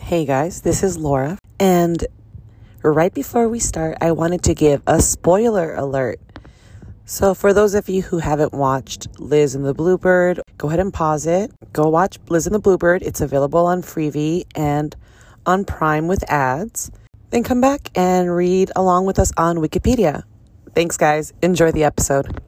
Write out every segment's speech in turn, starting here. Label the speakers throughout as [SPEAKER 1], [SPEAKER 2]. [SPEAKER 1] Hey guys, this is Laura. And right before we start, I wanted to give a spoiler alert. So, for those of you who haven't watched Liz and the Bluebird, go ahead and pause it. Go watch Liz and the Bluebird. It's available on Freevee and on Prime with ads. Then come back and read along with us on Wikipedia. Thanks, guys. Enjoy the episode.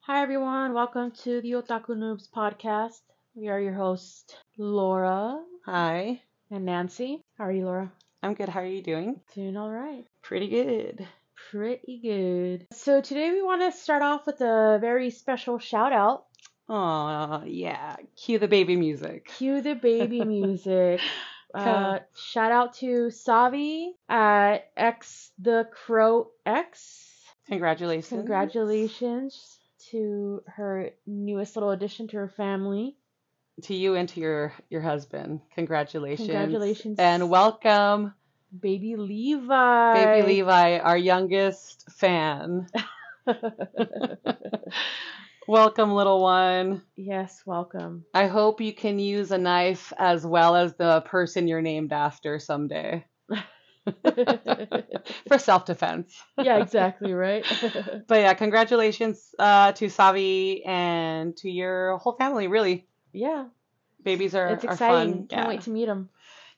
[SPEAKER 2] Hi, everyone. Welcome to the Otaku Noobs podcast. We are your hosts, Laura
[SPEAKER 1] Hi,
[SPEAKER 2] and Nancy. How are you, Laura?
[SPEAKER 1] I'm good. How are you doing?
[SPEAKER 2] Doing all right.
[SPEAKER 1] Pretty good.
[SPEAKER 2] Pretty good. So, today we want to start off with a very special shout out.
[SPEAKER 1] Aw, yeah. Cue the baby music.
[SPEAKER 2] Cue the baby music. Uh, shout out to Savi at X the Crow X.
[SPEAKER 1] Congratulations.
[SPEAKER 2] Congratulations to her newest little addition to her family.
[SPEAKER 1] to you and to your your husband. Congratulations.
[SPEAKER 2] Congratulations.
[SPEAKER 1] And welcome,
[SPEAKER 2] Baby Levi.
[SPEAKER 1] baby Levi, our youngest fan. welcome, little one.
[SPEAKER 2] yes, welcome.
[SPEAKER 1] I hope you can use a knife as well as the person you're named after someday
[SPEAKER 2] yeah,
[SPEAKER 1] for self defense.
[SPEAKER 2] exactly, right?
[SPEAKER 1] But yeah, congratulations uh, to Savi and to your whole family. Really,
[SPEAKER 2] yeah,
[SPEAKER 1] babies are,
[SPEAKER 2] it's
[SPEAKER 1] are
[SPEAKER 2] exciting.
[SPEAKER 1] fun.
[SPEAKER 2] Can't
[SPEAKER 1] Yeah.
[SPEAKER 2] wait to meet him.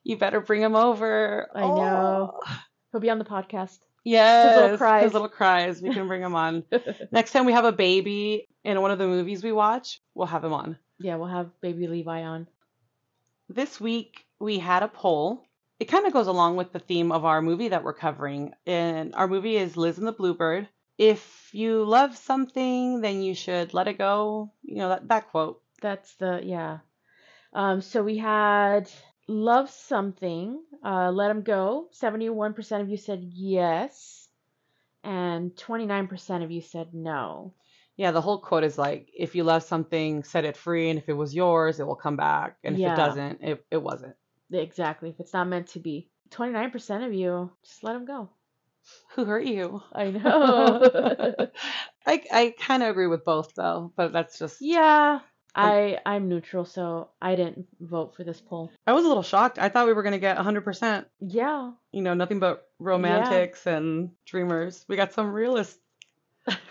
[SPEAKER 1] You better bring them over. Oh.
[SPEAKER 2] I know. He'll be on the podcast.
[SPEAKER 1] Yes,
[SPEAKER 2] cries.
[SPEAKER 1] His little cries. We can bring him on. Next time we have a baby in one of the movies we watch, we'll have him on.
[SPEAKER 2] Yeah, we'll have baby Levi on.
[SPEAKER 1] This week we had a poll. It kind of goes along with the theme of our movie that we're covering. And our movie is Liz and the Bluebird. If you love something, then you should let it go. You know that that quote.
[SPEAKER 2] That's the yeah. Um, so we had love something, uh, let him go. Seventy-one percent of you said yes, and twenty-nine percent of you said no.
[SPEAKER 1] Yeah, the whole quote is like, if you love something, set it free, and if it was yours, it will come back. And if
[SPEAKER 2] Yeah.
[SPEAKER 1] it doesn't, it, it wasn't.
[SPEAKER 2] Exactly. If it's not meant to be, twenty-nine percent of you just let him go.
[SPEAKER 1] Who hurt you?
[SPEAKER 2] I know.
[SPEAKER 1] I I kind of agree with both though, but that's just
[SPEAKER 2] Yeah, I I'm neutral, so I didn't vote for this poll.
[SPEAKER 1] I was a little shocked. I thought we were gonna get 100%.
[SPEAKER 2] Yeah,
[SPEAKER 1] You know, nothing but romantics and dreamers. We got some realists.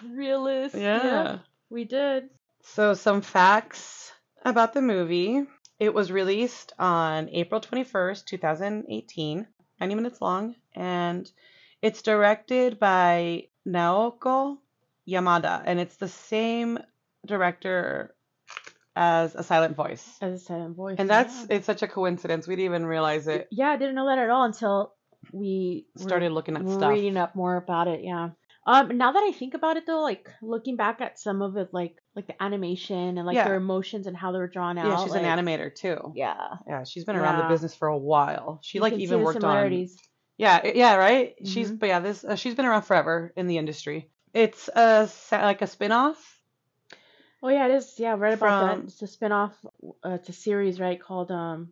[SPEAKER 2] realist.
[SPEAKER 1] Yeah.
[SPEAKER 2] we did.
[SPEAKER 1] So some facts about the movie. It was released on April 21st, 2018. 90 minutes long, and it's directed by Naoko Yamada, and it's the same director as A Silent Voice.
[SPEAKER 2] As a silent voice.
[SPEAKER 1] And that's it's such a coincidence. We didn't even realize
[SPEAKER 2] yeah.
[SPEAKER 1] it.
[SPEAKER 2] yeah. I didn't know that at all until we were
[SPEAKER 1] Started looking at stuff.
[SPEAKER 2] reading up more about it. Yeah. Um, now that I think about it, though, like looking back at some of it, like like the animation and like
[SPEAKER 1] Yeah.
[SPEAKER 2] their emotions and how they were drawn out.
[SPEAKER 1] Yeah, she's
[SPEAKER 2] like-
[SPEAKER 1] an animator too.
[SPEAKER 2] Yeah,
[SPEAKER 1] Yeah, she's been around the
[SPEAKER 2] Yeah.
[SPEAKER 1] business for a while. She
[SPEAKER 2] You
[SPEAKER 1] like
[SPEAKER 2] can see
[SPEAKER 1] even
[SPEAKER 2] the
[SPEAKER 1] worked on.
[SPEAKER 2] similarities.
[SPEAKER 1] Yeah, i- yeah, right. She's
[SPEAKER 2] Mhm.
[SPEAKER 1] but yeah, this uh, she's been around forever in the industry. It's a sa- like a spin-off.
[SPEAKER 2] Oh yeah, it is. Yeah, right about
[SPEAKER 1] From-
[SPEAKER 2] that. It's a spinoff. Uh, it's a series, right? Called um,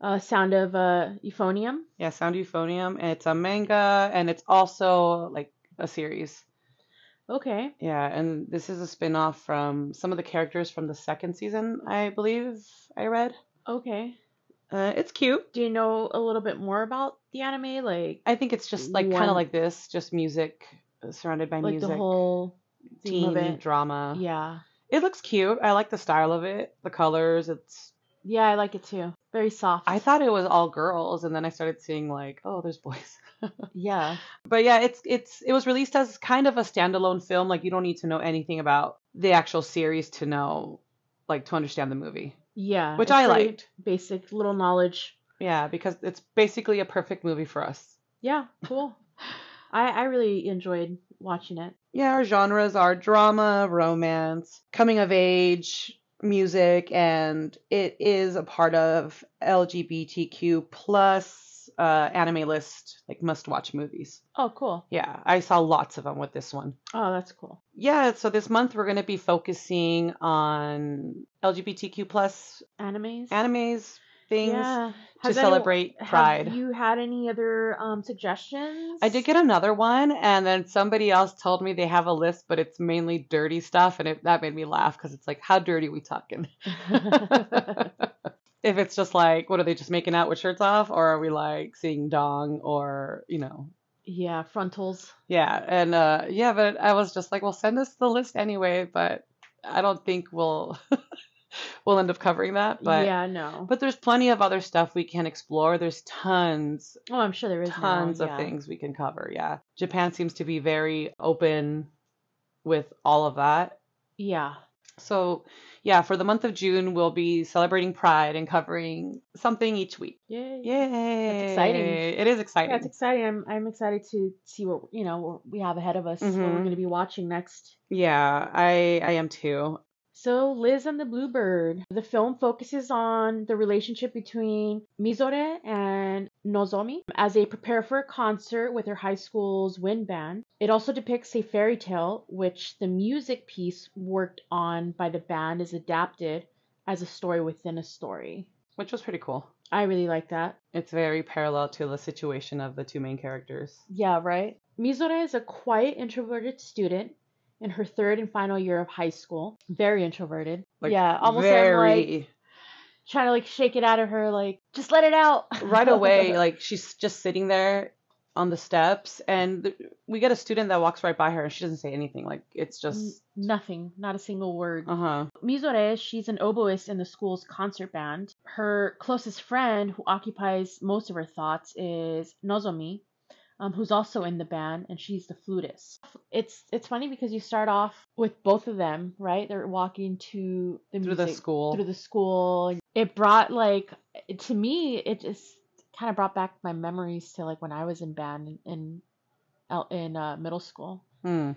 [SPEAKER 2] uh, Sound of uh, Euphonium.
[SPEAKER 1] Yeah, Sound Euphonium. and It's a manga and it's also like a series.
[SPEAKER 2] Okay.
[SPEAKER 1] Yeah, and this is a spin-off from some of the characters from the second season, I believe I read.
[SPEAKER 2] Okay.
[SPEAKER 1] Uh, it's cute.
[SPEAKER 2] Do you know a little bit more about the anime, like
[SPEAKER 1] I think it's just like kind
[SPEAKER 2] One-
[SPEAKER 1] of like this, just music uh, surrounded by
[SPEAKER 2] like
[SPEAKER 1] music,
[SPEAKER 2] the whole theme of
[SPEAKER 1] teen
[SPEAKER 2] it?
[SPEAKER 1] drama.
[SPEAKER 2] Yeah.
[SPEAKER 1] It looks cute. I like the style of it, the colors. It's
[SPEAKER 2] Yeah, I like it too. Very soft.
[SPEAKER 1] I thought it was all girls and then I started seeing like, oh, there's boys.
[SPEAKER 2] Yeah.
[SPEAKER 1] But yeah, it's it's it was released as kind of a standalone film like you don't need to know anything about the actual series to know like to understand the movie,
[SPEAKER 2] Yeah.
[SPEAKER 1] which
[SPEAKER 2] it's
[SPEAKER 1] I
[SPEAKER 2] pretty
[SPEAKER 1] liked.
[SPEAKER 2] Basic little knowledge.
[SPEAKER 1] Yeah, because it's basically a perfect movie for us.
[SPEAKER 2] Yeah. Cool. I I really enjoyed watching it.
[SPEAKER 1] Yeah, our genres are drama, romance, coming of age, music, and it is a part of LGBTQ plus uh, anime list, like must watch movies.
[SPEAKER 2] Oh, cool.
[SPEAKER 1] Yeah, I saw lots of them with this one.
[SPEAKER 2] Oh, that's cool.
[SPEAKER 1] Yeah, so this month we're going to be focusing on LGBTQ plus
[SPEAKER 2] Animes.
[SPEAKER 1] animes things
[SPEAKER 2] Yeah.
[SPEAKER 1] to
[SPEAKER 2] Has any-
[SPEAKER 1] celebrate Pride.
[SPEAKER 2] Have you had any other um, suggestions?
[SPEAKER 1] I did get another one, and then somebody else told me they have a list, but it's mainly dirty stuff, and it, that made me laugh because it's like, how dirty we talking? if it's just like, what are they just making out with shirts off, or are we like seeing dong, or you know,
[SPEAKER 2] yeah, frontals.
[SPEAKER 1] yeah, and uh, yeah, but I was just like, well, send us the list anyway, but I don't think we'll we'll end up covering that, but.
[SPEAKER 2] yeah, no.
[SPEAKER 1] But there's plenty of other stuff we can explore. There's tons
[SPEAKER 2] oh, I'm sure there is now,
[SPEAKER 1] tons
[SPEAKER 2] yeah.
[SPEAKER 1] of things we can cover. Yeah. Japan seems to be very open with all of that.
[SPEAKER 2] Yeah.
[SPEAKER 1] So, yeah, for the month of June, we'll be celebrating Pride and covering something each week.
[SPEAKER 2] Yay.
[SPEAKER 1] Yay. That's
[SPEAKER 2] exciting.
[SPEAKER 1] It is exciting.
[SPEAKER 2] Yeah, it's exciting. I'm I'm excited to see what you know what we have ahead of us. What
[SPEAKER 1] Mhm.
[SPEAKER 2] we're going to be watching next.
[SPEAKER 1] yeah, I I am too.
[SPEAKER 2] So Liz and the Bluebird. The film focuses on the relationship between Mizore and Nozomi as they prepare for a concert with her high school's wind band. It also depicts a fairy tale, which the music piece worked on by the band is adapted as a story within a story.
[SPEAKER 1] Which was pretty cool.
[SPEAKER 2] I really like that.
[SPEAKER 1] It's very parallel to the situation of the two main characters.
[SPEAKER 2] Yeah, right. Mizore is a quiet, introverted student in her third and final year of high school. Very introverted. yeah, almost I'm like
[SPEAKER 1] very
[SPEAKER 2] trying to like shake it out of her, like just let it out
[SPEAKER 1] right away. like she's just sitting there on the steps, and th- we get a student that walks right by her, and she doesn't say anything. Like it's just
[SPEAKER 2] N- nothing, not a single word.
[SPEAKER 1] Uh huh.
[SPEAKER 2] Mizore, she's an oboist in the school's concert band. Her closest friend, who occupies most of her thoughts, is Nozomi, um, who's also in the band, and she's the flutist. It's it's funny because you start off with both of them, right? They're walking to the
[SPEAKER 1] Through
[SPEAKER 2] music
[SPEAKER 1] the school.
[SPEAKER 2] Through the school. It brought like to me, it just kind of brought back my memories to like when I was in band in in, in uh, middle school,
[SPEAKER 1] Hmm.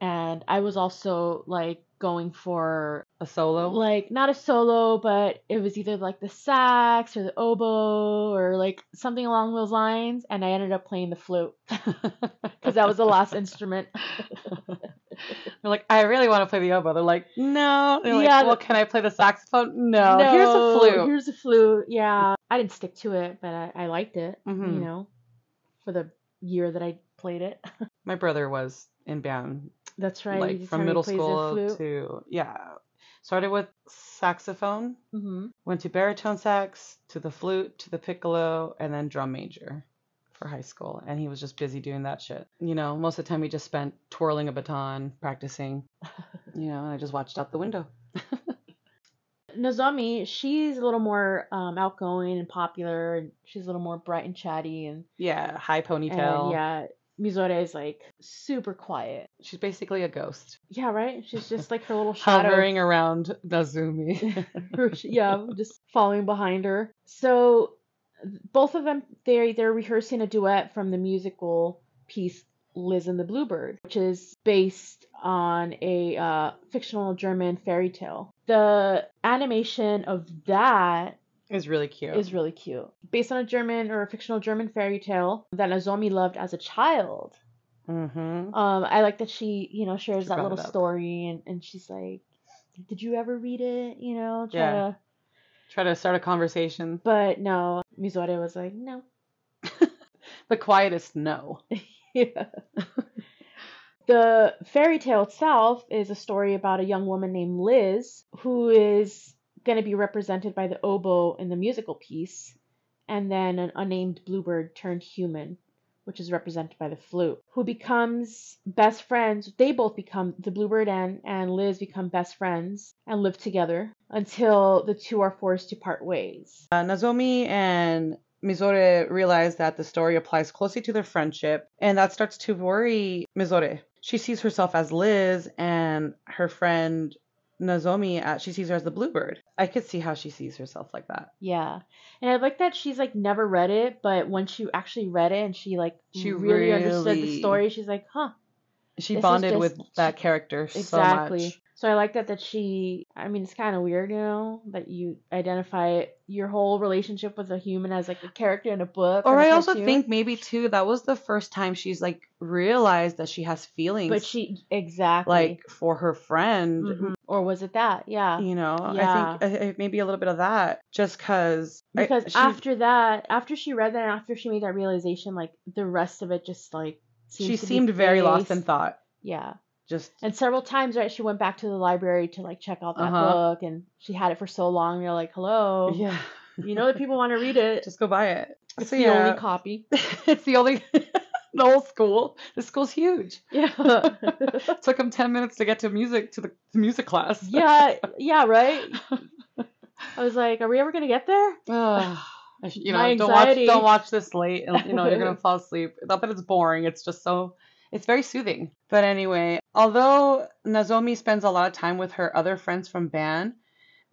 [SPEAKER 2] and I was also like going for
[SPEAKER 1] A solo.
[SPEAKER 2] like not a solo, but it was either like the sax or the oboe or like something along those lines. And I ended up playing the flute because that was the last instrument.
[SPEAKER 1] They're like, I really want to play the oboe. They're like, no. They're like,
[SPEAKER 2] Yeah,
[SPEAKER 1] well,
[SPEAKER 2] the-
[SPEAKER 1] can I play the saxophone? No. here's a flute.
[SPEAKER 2] Here's a flute. Yeah, I didn't stick to it, but I, I liked it.
[SPEAKER 1] Mhm.
[SPEAKER 2] You know, for the year that I played it.
[SPEAKER 1] My brother was in band,
[SPEAKER 2] That's right.
[SPEAKER 1] like from middle school to yeah. Started with saxophone,
[SPEAKER 2] hmm
[SPEAKER 1] went to baritone sax, to the flute, to the piccolo, and then drum major for high school. And he was just busy doing that shit. You know, most of the time he just spent twirling a baton, practicing. you know, and I just watched out the window.
[SPEAKER 2] Nozomi, she's a little more um, outgoing and popular, and she's a little more bright and chatty, and
[SPEAKER 1] Yeah, high
[SPEAKER 2] And
[SPEAKER 1] ponytail.
[SPEAKER 2] yeah, Mizore is like super quiet.
[SPEAKER 1] She's basically a ghost.
[SPEAKER 2] Yeah, right? She's just like her little shadow.
[SPEAKER 1] hovering around Nazumi.
[SPEAKER 2] Her- yeah, just following behind her. So both of them they they're rehearsing a duet from the musical piece Liz and the Bluebird, which is based on a uh, fictional German fairy tale. The animation of that
[SPEAKER 1] is really cute.
[SPEAKER 2] is really cute. Based on a German or a fictional German fairy tale that Nozomi loved as a child.
[SPEAKER 1] mm-hmm.
[SPEAKER 2] Um, I like that she, you know, shares
[SPEAKER 1] She
[SPEAKER 2] that
[SPEAKER 1] brought
[SPEAKER 2] little
[SPEAKER 1] it up.
[SPEAKER 2] story and, and she's like, Did you ever read it? You know, try
[SPEAKER 1] Yeah.
[SPEAKER 2] to
[SPEAKER 1] Try to start a conversation.
[SPEAKER 2] but no, Mizore was like, No.
[SPEAKER 1] The quietest no.
[SPEAKER 2] Yeah. the fairy tale itself is a story about a young woman named Liz who is gonna be represented by the oboe in the musical piece, and then an unnamed bluebird turned human. Which is represented by the flute, who becomes best friends. They both become the bluebird and and Liz become best friends and live together until the two are forced to part ways.
[SPEAKER 1] Uh, Nozomi and Mizore realize that the story applies closely to their friendship, and that starts to worry Mizore. She sees herself as Liz and her friend Nozomi, as, she sees her as the bluebird. I could see how she sees herself like that.
[SPEAKER 2] Yeah. And I like that she's like never read it, but when she actually read it and she like
[SPEAKER 1] She
[SPEAKER 2] really, understood the
[SPEAKER 1] really-
[SPEAKER 2] story, she's like, huh,
[SPEAKER 1] She
[SPEAKER 2] This is
[SPEAKER 1] bonded
[SPEAKER 2] just-
[SPEAKER 1] with that character so much.
[SPEAKER 2] Exactly. So I like that that she I mean it's kind of weird, you know, that you identify it, your whole relationship with a human as like a character in a book
[SPEAKER 1] Or
[SPEAKER 2] a
[SPEAKER 1] I also
[SPEAKER 2] cartoon.
[SPEAKER 1] think maybe too that was the first time she's like realized that she has feelings
[SPEAKER 2] but she exactly
[SPEAKER 1] like for her friend.
[SPEAKER 2] Mhm. or was it that? Yeah.
[SPEAKER 1] You know,
[SPEAKER 2] Yeah.
[SPEAKER 1] I think I, I, maybe a little bit of that just cause I-
[SPEAKER 2] Because
[SPEAKER 1] she-
[SPEAKER 2] after that, after she read that and after she made that realization, like the rest of it just like seems
[SPEAKER 1] she
[SPEAKER 2] to be
[SPEAKER 1] seemed very lost in
[SPEAKER 2] based-
[SPEAKER 1] thought.
[SPEAKER 2] Yeah.
[SPEAKER 1] Just
[SPEAKER 2] And several times, right, she went back to the library to like check out that
[SPEAKER 1] Uh-huh.
[SPEAKER 2] book and she had it for so long. you're like, hello.
[SPEAKER 1] yeah,
[SPEAKER 2] You know that people want to read it.
[SPEAKER 1] just go buy it.
[SPEAKER 2] it's
[SPEAKER 1] so
[SPEAKER 2] the
[SPEAKER 1] yeah,
[SPEAKER 2] only copy.
[SPEAKER 1] it's the only the whole school. The school's huge.
[SPEAKER 2] Yeah.
[SPEAKER 1] Took him ten minutes to get to music to the to music class.
[SPEAKER 2] yeah. Yeah, right? I was like, are we ever going to get there?
[SPEAKER 1] Ugh. I sh- you know,
[SPEAKER 2] My
[SPEAKER 1] don't watch
[SPEAKER 2] anxiety.
[SPEAKER 1] don't watch this late, and you know you're gonna fall asleep. Not that it's boring; it's just so it's very soothing. But anyway, although Nozomi spends a lot of time with her other friends from band,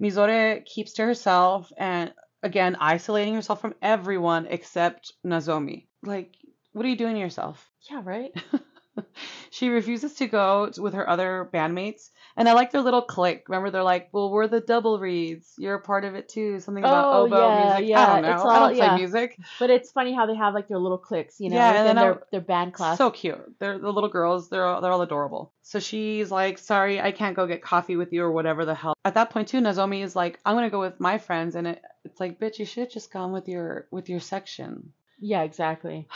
[SPEAKER 1] Mizore keeps to herself and again isolating herself from everyone except Nozomi. Like, what are you doing to yourself?
[SPEAKER 2] Yeah, right?
[SPEAKER 1] she refuses to go with her other bandmates. And I like their little clique. Remember, they're like, well, we're the double reeds. You're a part of it too. Something about
[SPEAKER 2] Oh,
[SPEAKER 1] oboe
[SPEAKER 2] yeah,
[SPEAKER 1] music.
[SPEAKER 2] yeah,
[SPEAKER 1] I don't know.
[SPEAKER 2] it's
[SPEAKER 1] I
[SPEAKER 2] all-
[SPEAKER 1] don't play
[SPEAKER 2] yeah.
[SPEAKER 1] music.
[SPEAKER 2] But it's funny how they have like their little cliques, you know,
[SPEAKER 1] Yeah, and
[SPEAKER 2] within
[SPEAKER 1] then
[SPEAKER 2] their,
[SPEAKER 1] I'll-
[SPEAKER 2] their band class.
[SPEAKER 1] So cute. They're the little girls. They're all, they're all adorable. So she's like, sorry, I can't go get coffee with you or whatever the hell. At that point too, Nozomi is like, I'm gonna go with my friends, and it, it's like, bitch, you should have just gone with your with your section.
[SPEAKER 2] yeah, exactly.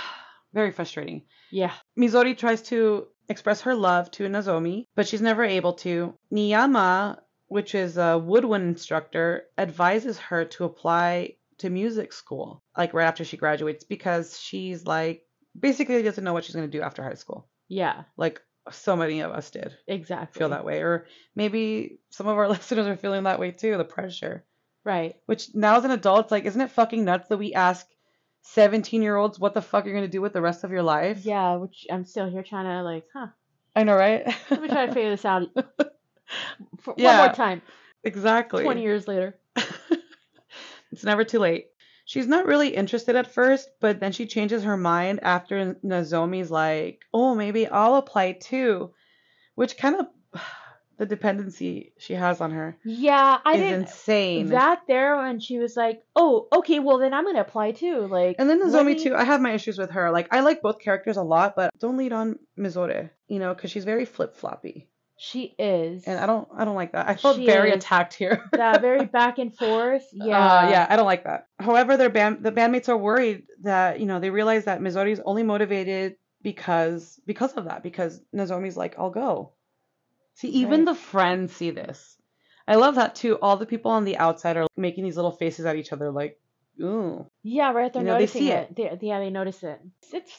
[SPEAKER 1] Very frustrating.
[SPEAKER 2] Yeah.
[SPEAKER 1] Mizori tries to express her love to Nozomi, but she's never able to. Niyama, which is a woodwind instructor, advises her to apply to music school, like right after she graduates, because she's like basically doesn't know what she's going to do after high school.
[SPEAKER 2] Yeah,
[SPEAKER 1] Like so many of us did
[SPEAKER 2] exactly.
[SPEAKER 1] feel that way, or maybe some of our listeners are feeling that way too the pressure.
[SPEAKER 2] Right.
[SPEAKER 1] Which now as an adult, it's like, isn't it fucking nuts that we ask 17 year olds what the fuck you're going to do with the rest of your life?
[SPEAKER 2] Yeah, which I'm still here trying to like, huh,
[SPEAKER 1] I know, right?
[SPEAKER 2] let me try to figure this out for one
[SPEAKER 1] Yeah.
[SPEAKER 2] more time.
[SPEAKER 1] Exactly.
[SPEAKER 2] 20 years later.
[SPEAKER 1] It's never too late. She's not really interested at first, but then she changes her mind after Nozomi's like, oh, maybe I'll apply too, which kind of the dependency she has on her
[SPEAKER 2] Yeah, I
[SPEAKER 1] is
[SPEAKER 2] didn't.
[SPEAKER 1] insane.
[SPEAKER 2] That there when she was like, oh, okay, well then I'm gonna apply too. Like,
[SPEAKER 1] and then
[SPEAKER 2] let
[SPEAKER 1] Nozomi
[SPEAKER 2] me-
[SPEAKER 1] too, I have my issues with her. Like, I like both characters a lot, but don't lead on Mizore, you know, because she's very flip floppy,
[SPEAKER 2] She is.
[SPEAKER 1] and I don't, I don't like that. I felt
[SPEAKER 2] She
[SPEAKER 1] very
[SPEAKER 2] is.
[SPEAKER 1] attacked here.
[SPEAKER 2] that very back and forth. Yeah.
[SPEAKER 1] Uh, yeah, I don't like that. However, their band the bandmates are worried that you know they realize that Mizori's only motivated because because of that because Nozomi's like I'll go. See, even
[SPEAKER 2] Right.
[SPEAKER 1] the friends see this. I love that too. All the people on the outside are making these little faces at each other, like, ooh.
[SPEAKER 2] Yeah, right. They're
[SPEAKER 1] You know, they
[SPEAKER 2] noticing
[SPEAKER 1] see
[SPEAKER 2] it. They, yeah, they notice it. It's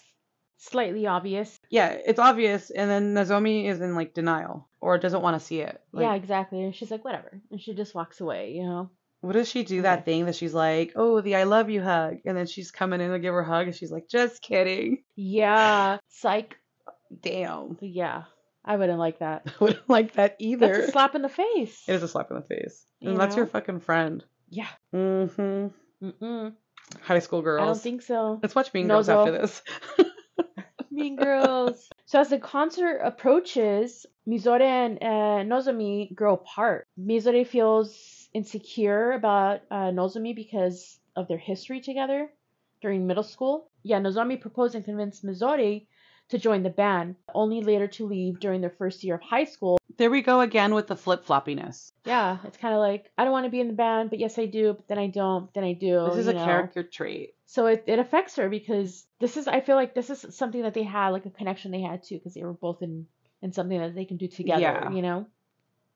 [SPEAKER 2] slightly obvious.
[SPEAKER 1] Yeah, it's obvious. And then Nozomi is in like denial or doesn't want to see it. Like,
[SPEAKER 2] yeah, exactly. And she's like, whatever. And she just walks away, you know?
[SPEAKER 1] What does she do that thing that she's like, oh, the I love you hug, and then she's coming in to give her a hug, and she's like, just kidding.
[SPEAKER 2] Yeah. Psych.
[SPEAKER 1] Damn,
[SPEAKER 2] Yeah. I wouldn't like that.
[SPEAKER 1] wouldn't like that either.
[SPEAKER 2] That's a slap in the face.
[SPEAKER 1] It is a slap in the face.
[SPEAKER 2] You
[SPEAKER 1] and that's your
[SPEAKER 2] know?
[SPEAKER 1] fucking friend.
[SPEAKER 2] Yeah.
[SPEAKER 1] Mm-hmm.
[SPEAKER 2] Mm-mm.
[SPEAKER 1] High school girls.
[SPEAKER 2] I don't think so.
[SPEAKER 1] Let's watch Mean Girls
[SPEAKER 2] Nozo.
[SPEAKER 1] after this.
[SPEAKER 2] Mean Girls. so as the concert approaches, Mizore and uh, Nozomi grow apart. Mizore feels insecure about uh, Nozomi because of their history together during middle school. Yeah, Nozomi proposed and convinced Mizore to join the band, only later to leave during their first year of high school.
[SPEAKER 1] there we go again with the flip floppiness.
[SPEAKER 2] Yeah, it's kind of like I don't want to be in the band, but yes I do, but then I don't, but then I do.
[SPEAKER 1] this is
[SPEAKER 2] you
[SPEAKER 1] a
[SPEAKER 2] know?
[SPEAKER 1] character trait.
[SPEAKER 2] so it, it affects her because this is i feel like this is something that they had like a connection they had too because they were both in in something that they can do together
[SPEAKER 1] Yeah.
[SPEAKER 2] you know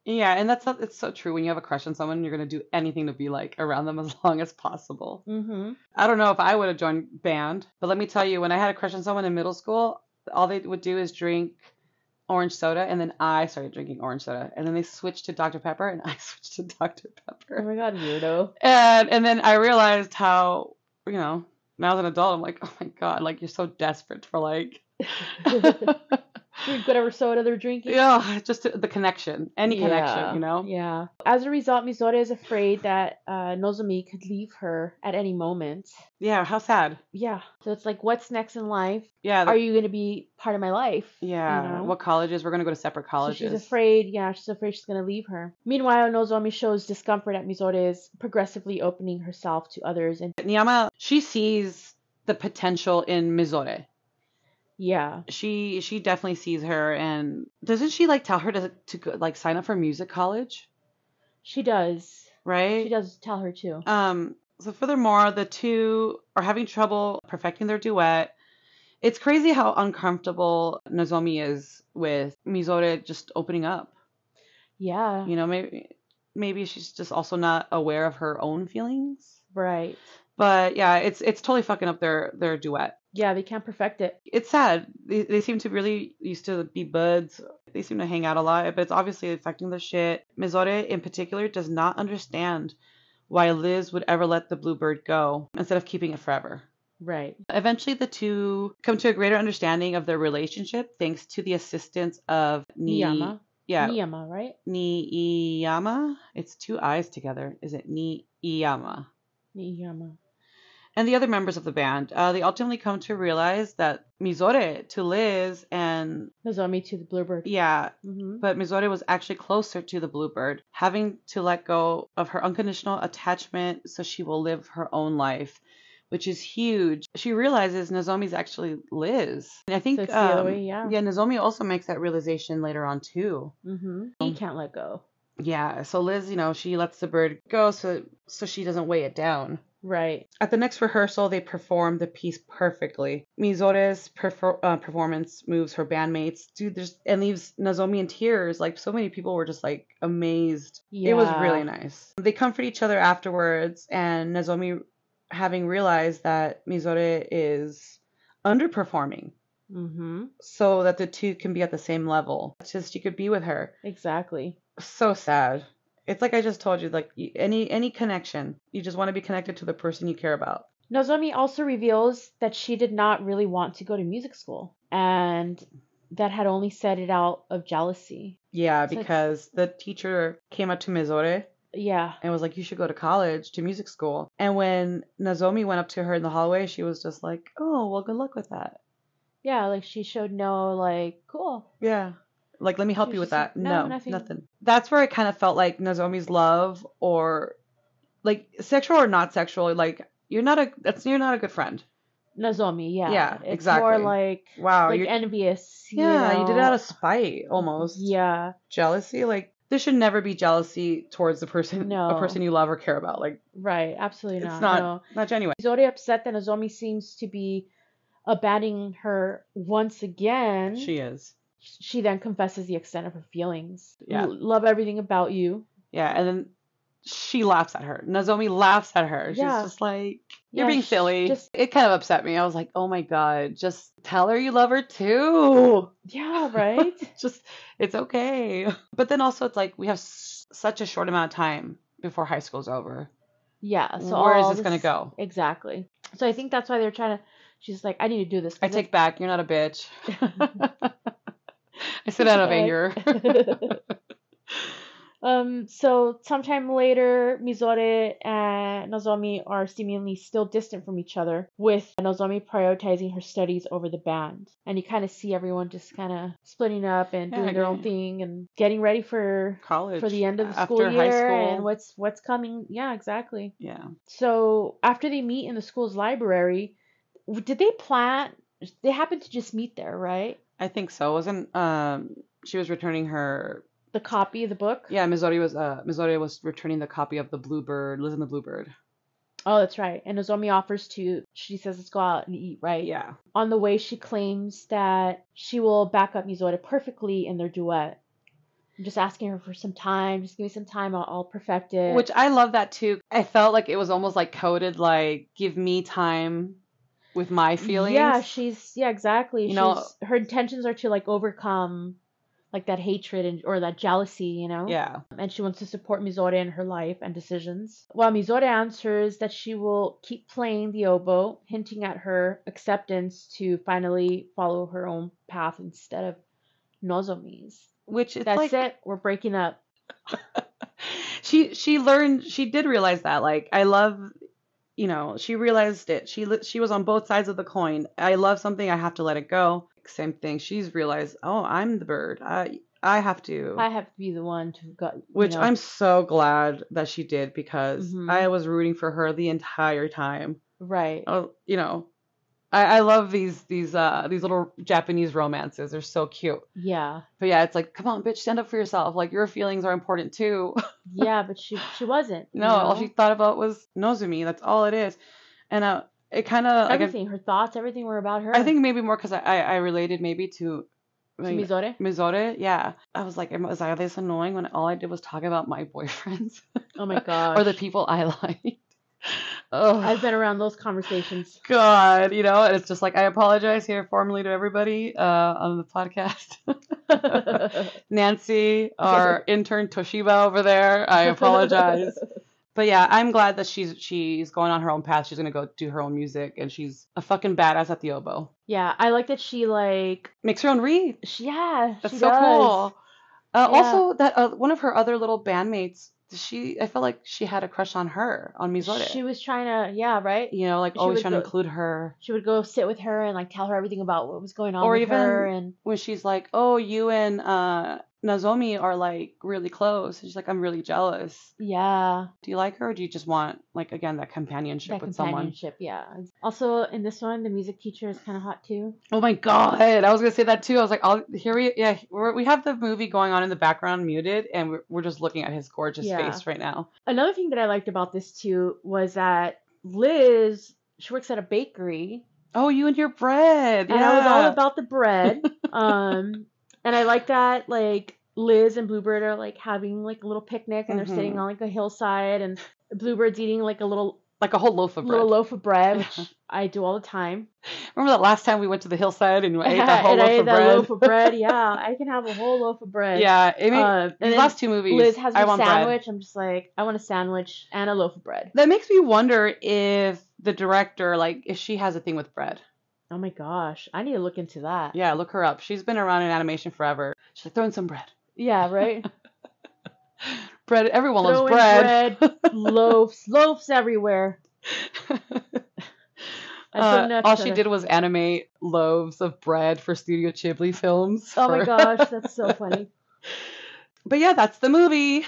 [SPEAKER 1] Yeah, and that's not, it's so true. When you have a crush on someone, you're gonna do anything to be like around them as long as possible.
[SPEAKER 2] mm-hmm.
[SPEAKER 1] I don't know if I would have joined band, but let me tell you, when I had a crush on someone in middle school, all they would do is drink orange soda, and then I started drinking orange soda, and then they switched to Dr Pepper, and I switched to Dr Pepper.
[SPEAKER 2] oh my god weirdo
[SPEAKER 1] And and then I realized how, you know, now as an adult, I'm like, oh my god, like you're so desperate for like
[SPEAKER 2] drink whatever soda they're drinking.
[SPEAKER 1] Yeah, just the connection, any connection, you know?
[SPEAKER 2] Yeah. As a result, Mizore is afraid that uh, Nozomi could leave her at any moment.
[SPEAKER 1] Yeah, how sad.
[SPEAKER 2] Yeah. So it's like, what's next in life?
[SPEAKER 1] Yeah.
[SPEAKER 2] Are you going to be part of my life?
[SPEAKER 1] yeah.
[SPEAKER 2] you know?
[SPEAKER 1] What colleges? We're going to go to separate
[SPEAKER 2] So
[SPEAKER 1] colleges.
[SPEAKER 2] she's afraid. Yeah, she's afraid she's going to leave her. Meanwhile, Nozomi shows discomfort at Mizore's progressively opening herself to others. And
[SPEAKER 1] Niyama, she sees the potential in Mizore.
[SPEAKER 2] yeah.
[SPEAKER 1] She she definitely sees her and doesn't she like tell her to to go, like sign up for music college,
[SPEAKER 2] She does.
[SPEAKER 1] right?
[SPEAKER 2] She does tell her too.
[SPEAKER 1] Um, so furthermore, the two are having trouble perfecting their duet. It's crazy how uncomfortable Nozomi is with Mizore just opening up.
[SPEAKER 2] Yeah.
[SPEAKER 1] You know, maybe maybe she's just also not aware of her own feelings.
[SPEAKER 2] Right.
[SPEAKER 1] But yeah, it's it's totally fucking up their their duet.
[SPEAKER 2] Yeah, they can't perfect it.
[SPEAKER 1] It's sad. They, they seem to really used to be buds. They seem to hang out a lot, but it's obviously affecting their shit. Mizore in particular does not understand why Liz would ever let the bluebird go instead of keeping it forever.
[SPEAKER 2] Right.
[SPEAKER 1] Eventually, the two come to a greater understanding of their relationship thanks to the assistance of Ni-
[SPEAKER 2] Niyama.
[SPEAKER 1] Yeah,
[SPEAKER 2] Niyama, right?
[SPEAKER 1] Niyama. It's two eyes together. Is it Niyama?
[SPEAKER 2] Niyama.
[SPEAKER 1] And the other members of the band. Uh, they ultimately come to realize that Mizore to Liz and
[SPEAKER 2] Nozomi to the bluebird.
[SPEAKER 1] yeah,
[SPEAKER 2] Mm-hmm.
[SPEAKER 1] but Mizore was actually closer to the bluebird, having to let go of her unconditional attachment so she will live her own life. Which is huge. She realizes Nozomi's actually Liz. And I think
[SPEAKER 2] So it's the other
[SPEAKER 1] um,
[SPEAKER 2] way, yeah.
[SPEAKER 1] yeah, Nozomi also makes that realization later on too.
[SPEAKER 2] Mm-hmm.
[SPEAKER 1] Um,
[SPEAKER 2] He can't let go.
[SPEAKER 1] Yeah, so Liz, you know, she lets the bird go so so she doesn't weigh it down.
[SPEAKER 2] Right.
[SPEAKER 1] At the next rehearsal, they perform the piece perfectly. Mizore's perfor- uh, performance moves her bandmates, dude, there's and leaves Nozomi in tears. Like so many people were just like amazed. It was
[SPEAKER 2] Yeah.
[SPEAKER 1] really nice. They comfort each other afterwards, and Nozomi, having realized that Mizore is underperforming,
[SPEAKER 2] Mm-hmm.
[SPEAKER 1] so that the two can be at the same level, so she could be with her
[SPEAKER 2] Exactly.
[SPEAKER 1] so sad. It's like I just told you, like y- any any connection, you just want to be connected to the person you care about.
[SPEAKER 2] Nozomi also reveals that she did not really want to go to music school and that had only set it out of jealousy.
[SPEAKER 1] Yeah,
[SPEAKER 2] So it's-
[SPEAKER 1] because the teacher came up to Mizore
[SPEAKER 2] Yeah.
[SPEAKER 1] and was like, "You should go to college, to music school." And when Nozomi went up to her in the hallway, she was just like, "Oh, well, good luck with that."
[SPEAKER 2] Yeah, like she showed no like cool.
[SPEAKER 1] Yeah. Like, let me help
[SPEAKER 2] was
[SPEAKER 1] you with
[SPEAKER 2] just like,
[SPEAKER 1] that.
[SPEAKER 2] "No,
[SPEAKER 1] no,
[SPEAKER 2] nothing."
[SPEAKER 1] nothing. That's where I kind of felt like Nozomi's love or like sexual or not sexual, like you're not a that's you're not a good friend.
[SPEAKER 2] Nozomi, yeah.
[SPEAKER 1] Yeah,
[SPEAKER 2] it's
[SPEAKER 1] exactly.
[SPEAKER 2] more like
[SPEAKER 1] Wow,
[SPEAKER 2] like
[SPEAKER 1] you're
[SPEAKER 2] envious. you
[SPEAKER 1] Yeah, you did it
[SPEAKER 2] know?
[SPEAKER 1] out of spite almost.
[SPEAKER 2] Yeah.
[SPEAKER 1] Jealousy, like there should never be jealousy towards the person
[SPEAKER 2] No.
[SPEAKER 1] a person you love or care about. Like
[SPEAKER 2] Right. Absolutely not.
[SPEAKER 1] it's not
[SPEAKER 2] no.
[SPEAKER 1] not genuine.
[SPEAKER 2] Mizore upset that Nozomi seems to be abandoning her once again.
[SPEAKER 1] She is.
[SPEAKER 2] she then confesses the extent of her feelings.
[SPEAKER 1] Yeah.
[SPEAKER 2] L- love everything about you.
[SPEAKER 1] Yeah, and then she laughs at her. Nozomi laughs at her.
[SPEAKER 2] Yeah.
[SPEAKER 1] She's just like,
[SPEAKER 2] Yeah,
[SPEAKER 1] "You're being
[SPEAKER 2] sh-
[SPEAKER 1] silly."
[SPEAKER 2] Just
[SPEAKER 1] it kind of upset me. I was like, "Oh my god, just tell her you love her too."
[SPEAKER 2] yeah, right.
[SPEAKER 1] Just it's okay. But then also, it's like we have s- such a short amount of time before high school's over.
[SPEAKER 2] yeah. Uh, So
[SPEAKER 1] Where is
[SPEAKER 2] all
[SPEAKER 1] this gonna go?
[SPEAKER 2] Exactly. So I think that's why they're trying to. She's like, I need to do this.
[SPEAKER 1] I take back. You're not a bitch. I sit out of
[SPEAKER 2] Okay.
[SPEAKER 1] anger.
[SPEAKER 2] um. So sometime later, Mizore and Nozomi are seemingly still distant from each other, with Nozomi prioritizing her studies over the band. And you kind of see everyone just kind of splitting up and
[SPEAKER 1] Yeah,
[SPEAKER 2] doing their own
[SPEAKER 1] yeah.
[SPEAKER 2] thing and getting ready for
[SPEAKER 1] College
[SPEAKER 2] for the end of the school
[SPEAKER 1] after
[SPEAKER 2] year
[SPEAKER 1] high school.
[SPEAKER 2] and what's what's coming. Yeah, exactly.
[SPEAKER 1] yeah.
[SPEAKER 2] So after they meet in the school's library, w- did they plan? They happened to just meet there, right?
[SPEAKER 1] I think so. Wasn't um she was returning her
[SPEAKER 2] The copy of the book.
[SPEAKER 1] yeah, Mizori was uh Mizori was returning the copy of the Bluebird, Liz and the Bluebird.
[SPEAKER 2] Oh, that's right. And Nozomi offers to. She says, "Let's go out and eat." Right.
[SPEAKER 1] Yeah.
[SPEAKER 2] On the way, she claims that she will back up Mizore perfectly in their duet. I'm just asking her for some time. Just give me some time. I'll, I'll perfect it.
[SPEAKER 1] Which I love that too. I felt like it was almost like coded like give me time with my feelings.
[SPEAKER 2] Yeah, she's yeah, exactly.
[SPEAKER 1] You
[SPEAKER 2] she's
[SPEAKER 1] know-
[SPEAKER 2] her intentions are to like overcome like that hatred and or that jealousy, you know?
[SPEAKER 1] yeah.
[SPEAKER 2] And she wants to support Mizore in her life and decisions. While Mizore answers that she will keep playing the oboe, hinting at her acceptance to finally follow her own path instead of Nozomis.
[SPEAKER 1] which is
[SPEAKER 2] That's
[SPEAKER 1] like
[SPEAKER 2] it. We're breaking up.
[SPEAKER 1] she she learned she did realize that like I love you know she realized it she li- she was on both sides of the coin I love something I have to let it go same thing she's realized oh I'm the bird I I have to
[SPEAKER 2] I have to be the one to go. you
[SPEAKER 1] which
[SPEAKER 2] know.
[SPEAKER 1] I'm so glad that she did because
[SPEAKER 2] Mhm.
[SPEAKER 1] I was rooting for her the entire time
[SPEAKER 2] right.
[SPEAKER 1] oh you know I I love these these uh these little Japanese romances they're so cute
[SPEAKER 2] Yeah,
[SPEAKER 1] but yeah it's like come on bitch stand up for yourself like your feelings are important too
[SPEAKER 2] yeah, but she she wasn't. you
[SPEAKER 1] No, all
[SPEAKER 2] know?
[SPEAKER 1] she thought about was Nozumi. That's all it is. And uh, it kind of like I,
[SPEAKER 2] everything, her thoughts, everything were about her.
[SPEAKER 1] I think maybe more because I, I I related maybe to
[SPEAKER 2] To
[SPEAKER 1] like,
[SPEAKER 2] Mizore.
[SPEAKER 1] Mizore. Yeah, I was like, am- was I this annoying when all I did was talk about my boyfriends
[SPEAKER 2] Oh my god.
[SPEAKER 1] or the people I liked? oh
[SPEAKER 2] I've been around those conversations.
[SPEAKER 1] God, you know, and it's just like I apologize here formally to everybody uh, on the podcast. Nancy, our intern Toshiba over there, I apologize. But yeah, I'm glad that she's she's going on her own path. She's gonna go do her own music, and she's a fucking badass at the oboe.
[SPEAKER 2] yeah, I like that she like
[SPEAKER 1] Makes her own reed.
[SPEAKER 2] she yeah.
[SPEAKER 1] That's
[SPEAKER 2] she
[SPEAKER 1] so
[SPEAKER 2] does.
[SPEAKER 1] cool. Uh,
[SPEAKER 2] Yeah.
[SPEAKER 1] Also, that uh, one of her other little bandmates, she I felt like she had a crush on her on Mizore.
[SPEAKER 2] She was trying to yeah, right?
[SPEAKER 1] you know, like
[SPEAKER 2] she
[SPEAKER 1] always
[SPEAKER 2] would
[SPEAKER 1] trying to
[SPEAKER 2] go-
[SPEAKER 1] include her.
[SPEAKER 2] She would go sit with her and like tell her everything about what was going on
[SPEAKER 1] Or
[SPEAKER 2] with
[SPEAKER 1] even-
[SPEAKER 2] her and
[SPEAKER 1] When she's like, "Oh, you and uh, Nozomi are like really close," and she's like, "I'm really jealous.
[SPEAKER 2] yeah,
[SPEAKER 1] Do you like her, or do you just want like again that companionship
[SPEAKER 2] that
[SPEAKER 1] with someone?"
[SPEAKER 2] companionship, yeah. Also in this one the music teacher is kind of hot too.
[SPEAKER 1] Oh my god! I was gonna say that too. I was like, "I'll here we yeah we're, we have the movie going on in the background muted, and we're, we're just looking at his gorgeous
[SPEAKER 2] Yeah.
[SPEAKER 1] face right now."
[SPEAKER 2] Another thing that I liked about this too was that Liz she works at a bakery
[SPEAKER 1] Oh, you and your bread! Yeah,
[SPEAKER 2] and I was all about the bread. um, and I like that like Liz and Bluebird are like having like a little picnic, and
[SPEAKER 1] Mhm.
[SPEAKER 2] they're sitting on like a hillside, and Bluebird's eating like a little
[SPEAKER 1] like a whole loaf of bread.
[SPEAKER 2] little loaf of bread, which I do all the time.
[SPEAKER 1] Remember that last time we went to the hillside and you ate that whole
[SPEAKER 2] and
[SPEAKER 1] loaf
[SPEAKER 2] I ate
[SPEAKER 1] of
[SPEAKER 2] that
[SPEAKER 1] bread?
[SPEAKER 2] loaf of bread. Yeah, I can have a whole loaf of bread.
[SPEAKER 1] yeah, it made,
[SPEAKER 2] Um,
[SPEAKER 1] these
[SPEAKER 2] and then
[SPEAKER 1] last two movies.
[SPEAKER 2] Liz has
[SPEAKER 1] I
[SPEAKER 2] a
[SPEAKER 1] want bread.
[SPEAKER 2] sandwich. I'm just like, I want a sandwich and a loaf of bread.
[SPEAKER 1] That makes me wonder if the director, like, if she has a thing with bread.
[SPEAKER 2] Oh my gosh, I need to look into that.
[SPEAKER 1] Yeah, look her up. She's been around in animation forever. She's like, throw in some bread.
[SPEAKER 2] Yeah, right.
[SPEAKER 1] Bread. Everyone
[SPEAKER 2] Throw
[SPEAKER 1] loves
[SPEAKER 2] in
[SPEAKER 1] bread.
[SPEAKER 2] bread, loaves, loaves everywhere. I put
[SPEAKER 1] Uh,
[SPEAKER 2] nuts
[SPEAKER 1] all
[SPEAKER 2] in
[SPEAKER 1] she
[SPEAKER 2] it.
[SPEAKER 1] did was animate loaves of bread for Studio Ghibli films.
[SPEAKER 2] Oh my
[SPEAKER 1] for-
[SPEAKER 2] gosh, that's so funny.
[SPEAKER 1] But yeah, that's the movie.
[SPEAKER 2] and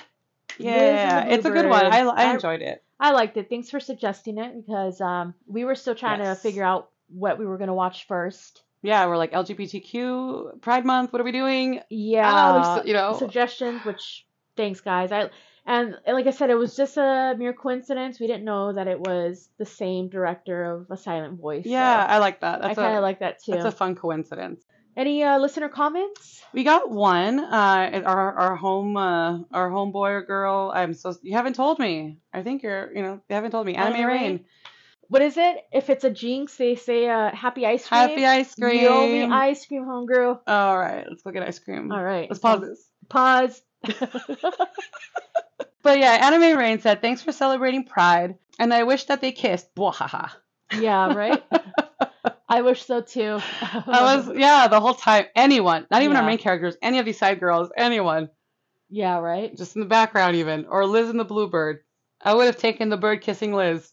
[SPEAKER 2] the
[SPEAKER 1] Yeah, it's a good one. I,
[SPEAKER 2] Bluebird.
[SPEAKER 1] I
[SPEAKER 2] I-
[SPEAKER 1] enjoyed it.
[SPEAKER 2] I liked it. Thanks for suggesting it because um, we were still trying
[SPEAKER 1] Yes.
[SPEAKER 2] to figure out what we were going to watch first.
[SPEAKER 1] Yeah, we're like LGBTQ Pride Month. What are we doing? Ah,
[SPEAKER 2] Yeah.
[SPEAKER 1] there's- you know,
[SPEAKER 2] suggestions, which thanks guys. I and like I said, it was just a mere coincidence. We didn't know that it was the same director of A Silent Voice. so
[SPEAKER 1] yeah, I like
[SPEAKER 2] I
[SPEAKER 1] that. That's
[SPEAKER 2] kind
[SPEAKER 1] a
[SPEAKER 2] of like that too.
[SPEAKER 1] that's a fun coincidence.
[SPEAKER 2] Any uh, listener comments?
[SPEAKER 1] We got one. Uh, our our home uh, our homeboy or girl. I'm so you haven't told me. I think you're you know you haven't told me. Anime,
[SPEAKER 2] Anime
[SPEAKER 1] Rain.
[SPEAKER 2] Rain. What is it? If it's a jinx, they say uh, happy ice cream.
[SPEAKER 1] Happy ice cream.
[SPEAKER 2] You owe me ice cream, homegirl.
[SPEAKER 1] All right, let's go get ice cream.
[SPEAKER 2] All right.
[SPEAKER 1] Let's pause this.
[SPEAKER 2] Pause.
[SPEAKER 1] But yeah, Anime Rain said, thanks for celebrating Pride, and I wish that they kissed. Bwahaha.
[SPEAKER 2] Yeah, right? I wish so too. Um,
[SPEAKER 1] I was, yeah, the whole time. Anyone, not even our
[SPEAKER 2] Yeah.
[SPEAKER 1] main characters, any of these side girls, anyone,
[SPEAKER 2] Yeah, right?
[SPEAKER 1] just in the background even, or Liz and the Bluebird. I would have taken the bird kissing Liz.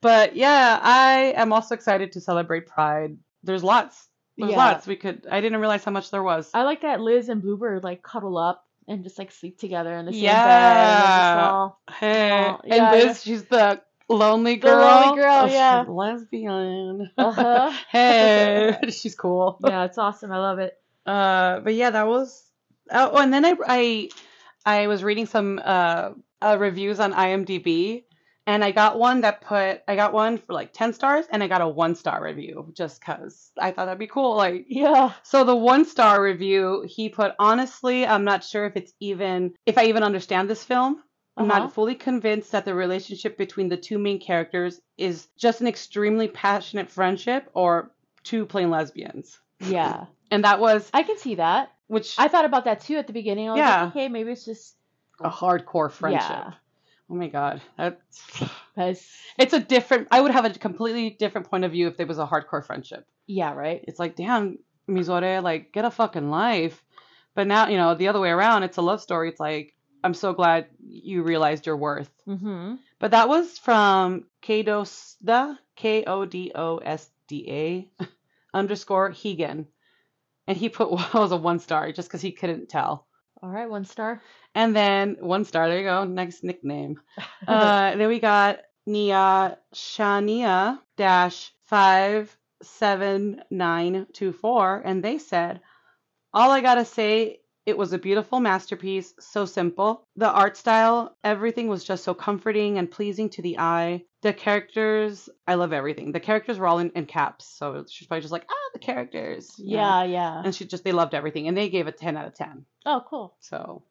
[SPEAKER 1] but yeah, I am also excited to celebrate Pride. There's lots. There's
[SPEAKER 2] Yeah. Uh,
[SPEAKER 1] lots we could. I didn't realize how much there was.
[SPEAKER 2] I like that Liz and Bluebird like cuddle up and just like sleep together in the same bed. And
[SPEAKER 1] Yeah.
[SPEAKER 2] just all-
[SPEAKER 1] Hey,
[SPEAKER 2] Aw,
[SPEAKER 1] and
[SPEAKER 2] yeah,
[SPEAKER 1] Liz,
[SPEAKER 2] yeah.
[SPEAKER 1] she's the lonely
[SPEAKER 2] The
[SPEAKER 1] girl. Oh,
[SPEAKER 2] lonely girl,
[SPEAKER 1] she's
[SPEAKER 2] yeah.
[SPEAKER 1] lesbian.
[SPEAKER 2] Uh-huh.
[SPEAKER 1] hey, she's cool.
[SPEAKER 2] yeah, it's awesome. I love it.
[SPEAKER 1] Uh, but yeah, that was. Oh, and then I I I was reading some uh, uh reviews on IMDb, and I got one that put I got one for like ten stars, and I got a one star review just because I thought that'd be cool. Like
[SPEAKER 2] Yeah.
[SPEAKER 1] so the one star review he put honestly, I'm not sure if it's even if I even understand this film. I'm
[SPEAKER 2] Uh-huh.
[SPEAKER 1] not fully convinced that the relationship between the two main characters is just an extremely passionate friendship or two plain lesbians.
[SPEAKER 2] Yeah.
[SPEAKER 1] And that was
[SPEAKER 2] I can see that.
[SPEAKER 1] which
[SPEAKER 2] I thought about that too at the beginning. I was
[SPEAKER 1] Yeah.
[SPEAKER 2] like, okay, maybe it's just
[SPEAKER 1] a hardcore friendship.
[SPEAKER 2] Yeah.
[SPEAKER 1] Oh my god. That's
[SPEAKER 2] because
[SPEAKER 1] it's a different I would have a completely different point of view if there was a hardcore friendship.
[SPEAKER 2] yeah, right?
[SPEAKER 1] It's like, damn, Mizore, like, get a fucking life. But now, you know, the other way around, it's a love story. It's like, I'm so glad you realized your worth.
[SPEAKER 2] Mm-hmm.
[SPEAKER 1] But that was from Kodosda, K O D O S D A underscore Hegan. And he put wow as a one star just because he couldn't tell.
[SPEAKER 2] All right, one star.
[SPEAKER 1] And then one star, there you go, next nickname. Uh, then we got Nia Shania dash five seven nine two four, and they said, "All I gotta say, it was a beautiful masterpiece, so simple. The art style, everything was just so comforting and pleasing to the eye. The characters, I love everything. The characters were all in, in caps, so she's probably just like, ah, the characters, you know?
[SPEAKER 2] yeah, yeah.
[SPEAKER 1] And she just they loved everything, and they gave a ten out of ten.
[SPEAKER 2] Oh, cool.
[SPEAKER 1] So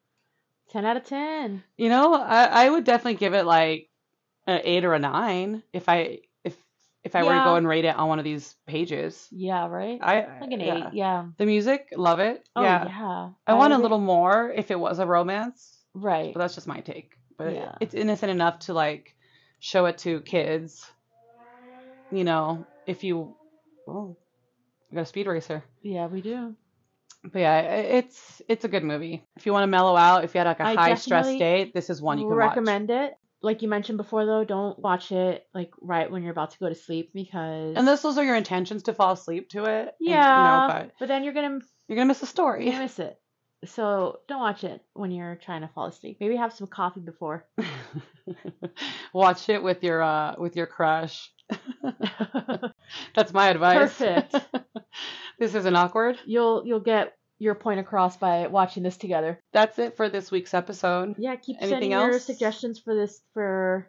[SPEAKER 2] 10 out of 10.
[SPEAKER 1] you know, I, I would definitely give it like an eight or a nine if I if if I were to
[SPEAKER 2] Yeah.
[SPEAKER 1] go and rate it on one of these pages.
[SPEAKER 2] Yeah, right?
[SPEAKER 1] I
[SPEAKER 2] like an
[SPEAKER 1] yeah.
[SPEAKER 2] 8, yeah.
[SPEAKER 1] The music, love it.
[SPEAKER 2] Oh,
[SPEAKER 1] yeah.
[SPEAKER 2] yeah.
[SPEAKER 1] I want a
[SPEAKER 2] would-
[SPEAKER 1] little more if it was a romance,
[SPEAKER 2] Right.
[SPEAKER 1] but that's just my take. But
[SPEAKER 2] Yeah.
[SPEAKER 1] it's innocent enough to like show it to kids. You know, if you oh, I got a speed racer.
[SPEAKER 2] Yeah, we do.
[SPEAKER 1] But yeah, i- it's it's a good movie. If you want to mellow out, if you had like a
[SPEAKER 2] I
[SPEAKER 1] high stress
[SPEAKER 2] definitely
[SPEAKER 1] day, this is one you can watch.
[SPEAKER 2] recommend it. Like you mentioned before, though, don't watch it like right when you're about to go to sleep because.
[SPEAKER 1] Unless those are your intentions to fall asleep to it. and,
[SPEAKER 2] Yeah,
[SPEAKER 1] you know, but
[SPEAKER 2] but then you're gonna
[SPEAKER 1] you're going to miss the
[SPEAKER 2] you're
[SPEAKER 1] story.
[SPEAKER 2] gonna miss it. So don't watch it when you're trying to fall asleep. Maybe have some coffee before.
[SPEAKER 1] Watch it with your uh with your crush. That's my advice.
[SPEAKER 2] Perfect.
[SPEAKER 1] this isn't awkward.
[SPEAKER 2] You'll you'll get your point across by watching this together.
[SPEAKER 1] That's it for this week's episode.
[SPEAKER 2] Yeah, keep
[SPEAKER 1] Anything
[SPEAKER 2] sending your
[SPEAKER 1] else?
[SPEAKER 2] suggestions for this for, for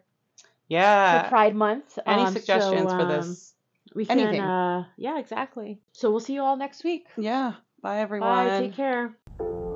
[SPEAKER 1] Yeah.
[SPEAKER 2] Pride Month.
[SPEAKER 1] Any
[SPEAKER 2] Um, so,
[SPEAKER 1] suggestions for
[SPEAKER 2] um,
[SPEAKER 1] this?
[SPEAKER 2] We can.
[SPEAKER 1] Anything.
[SPEAKER 2] Uh, yeah, exactly. So we'll see you all next week.
[SPEAKER 1] Yeah. Bye everyone.
[SPEAKER 2] Bye. Take care.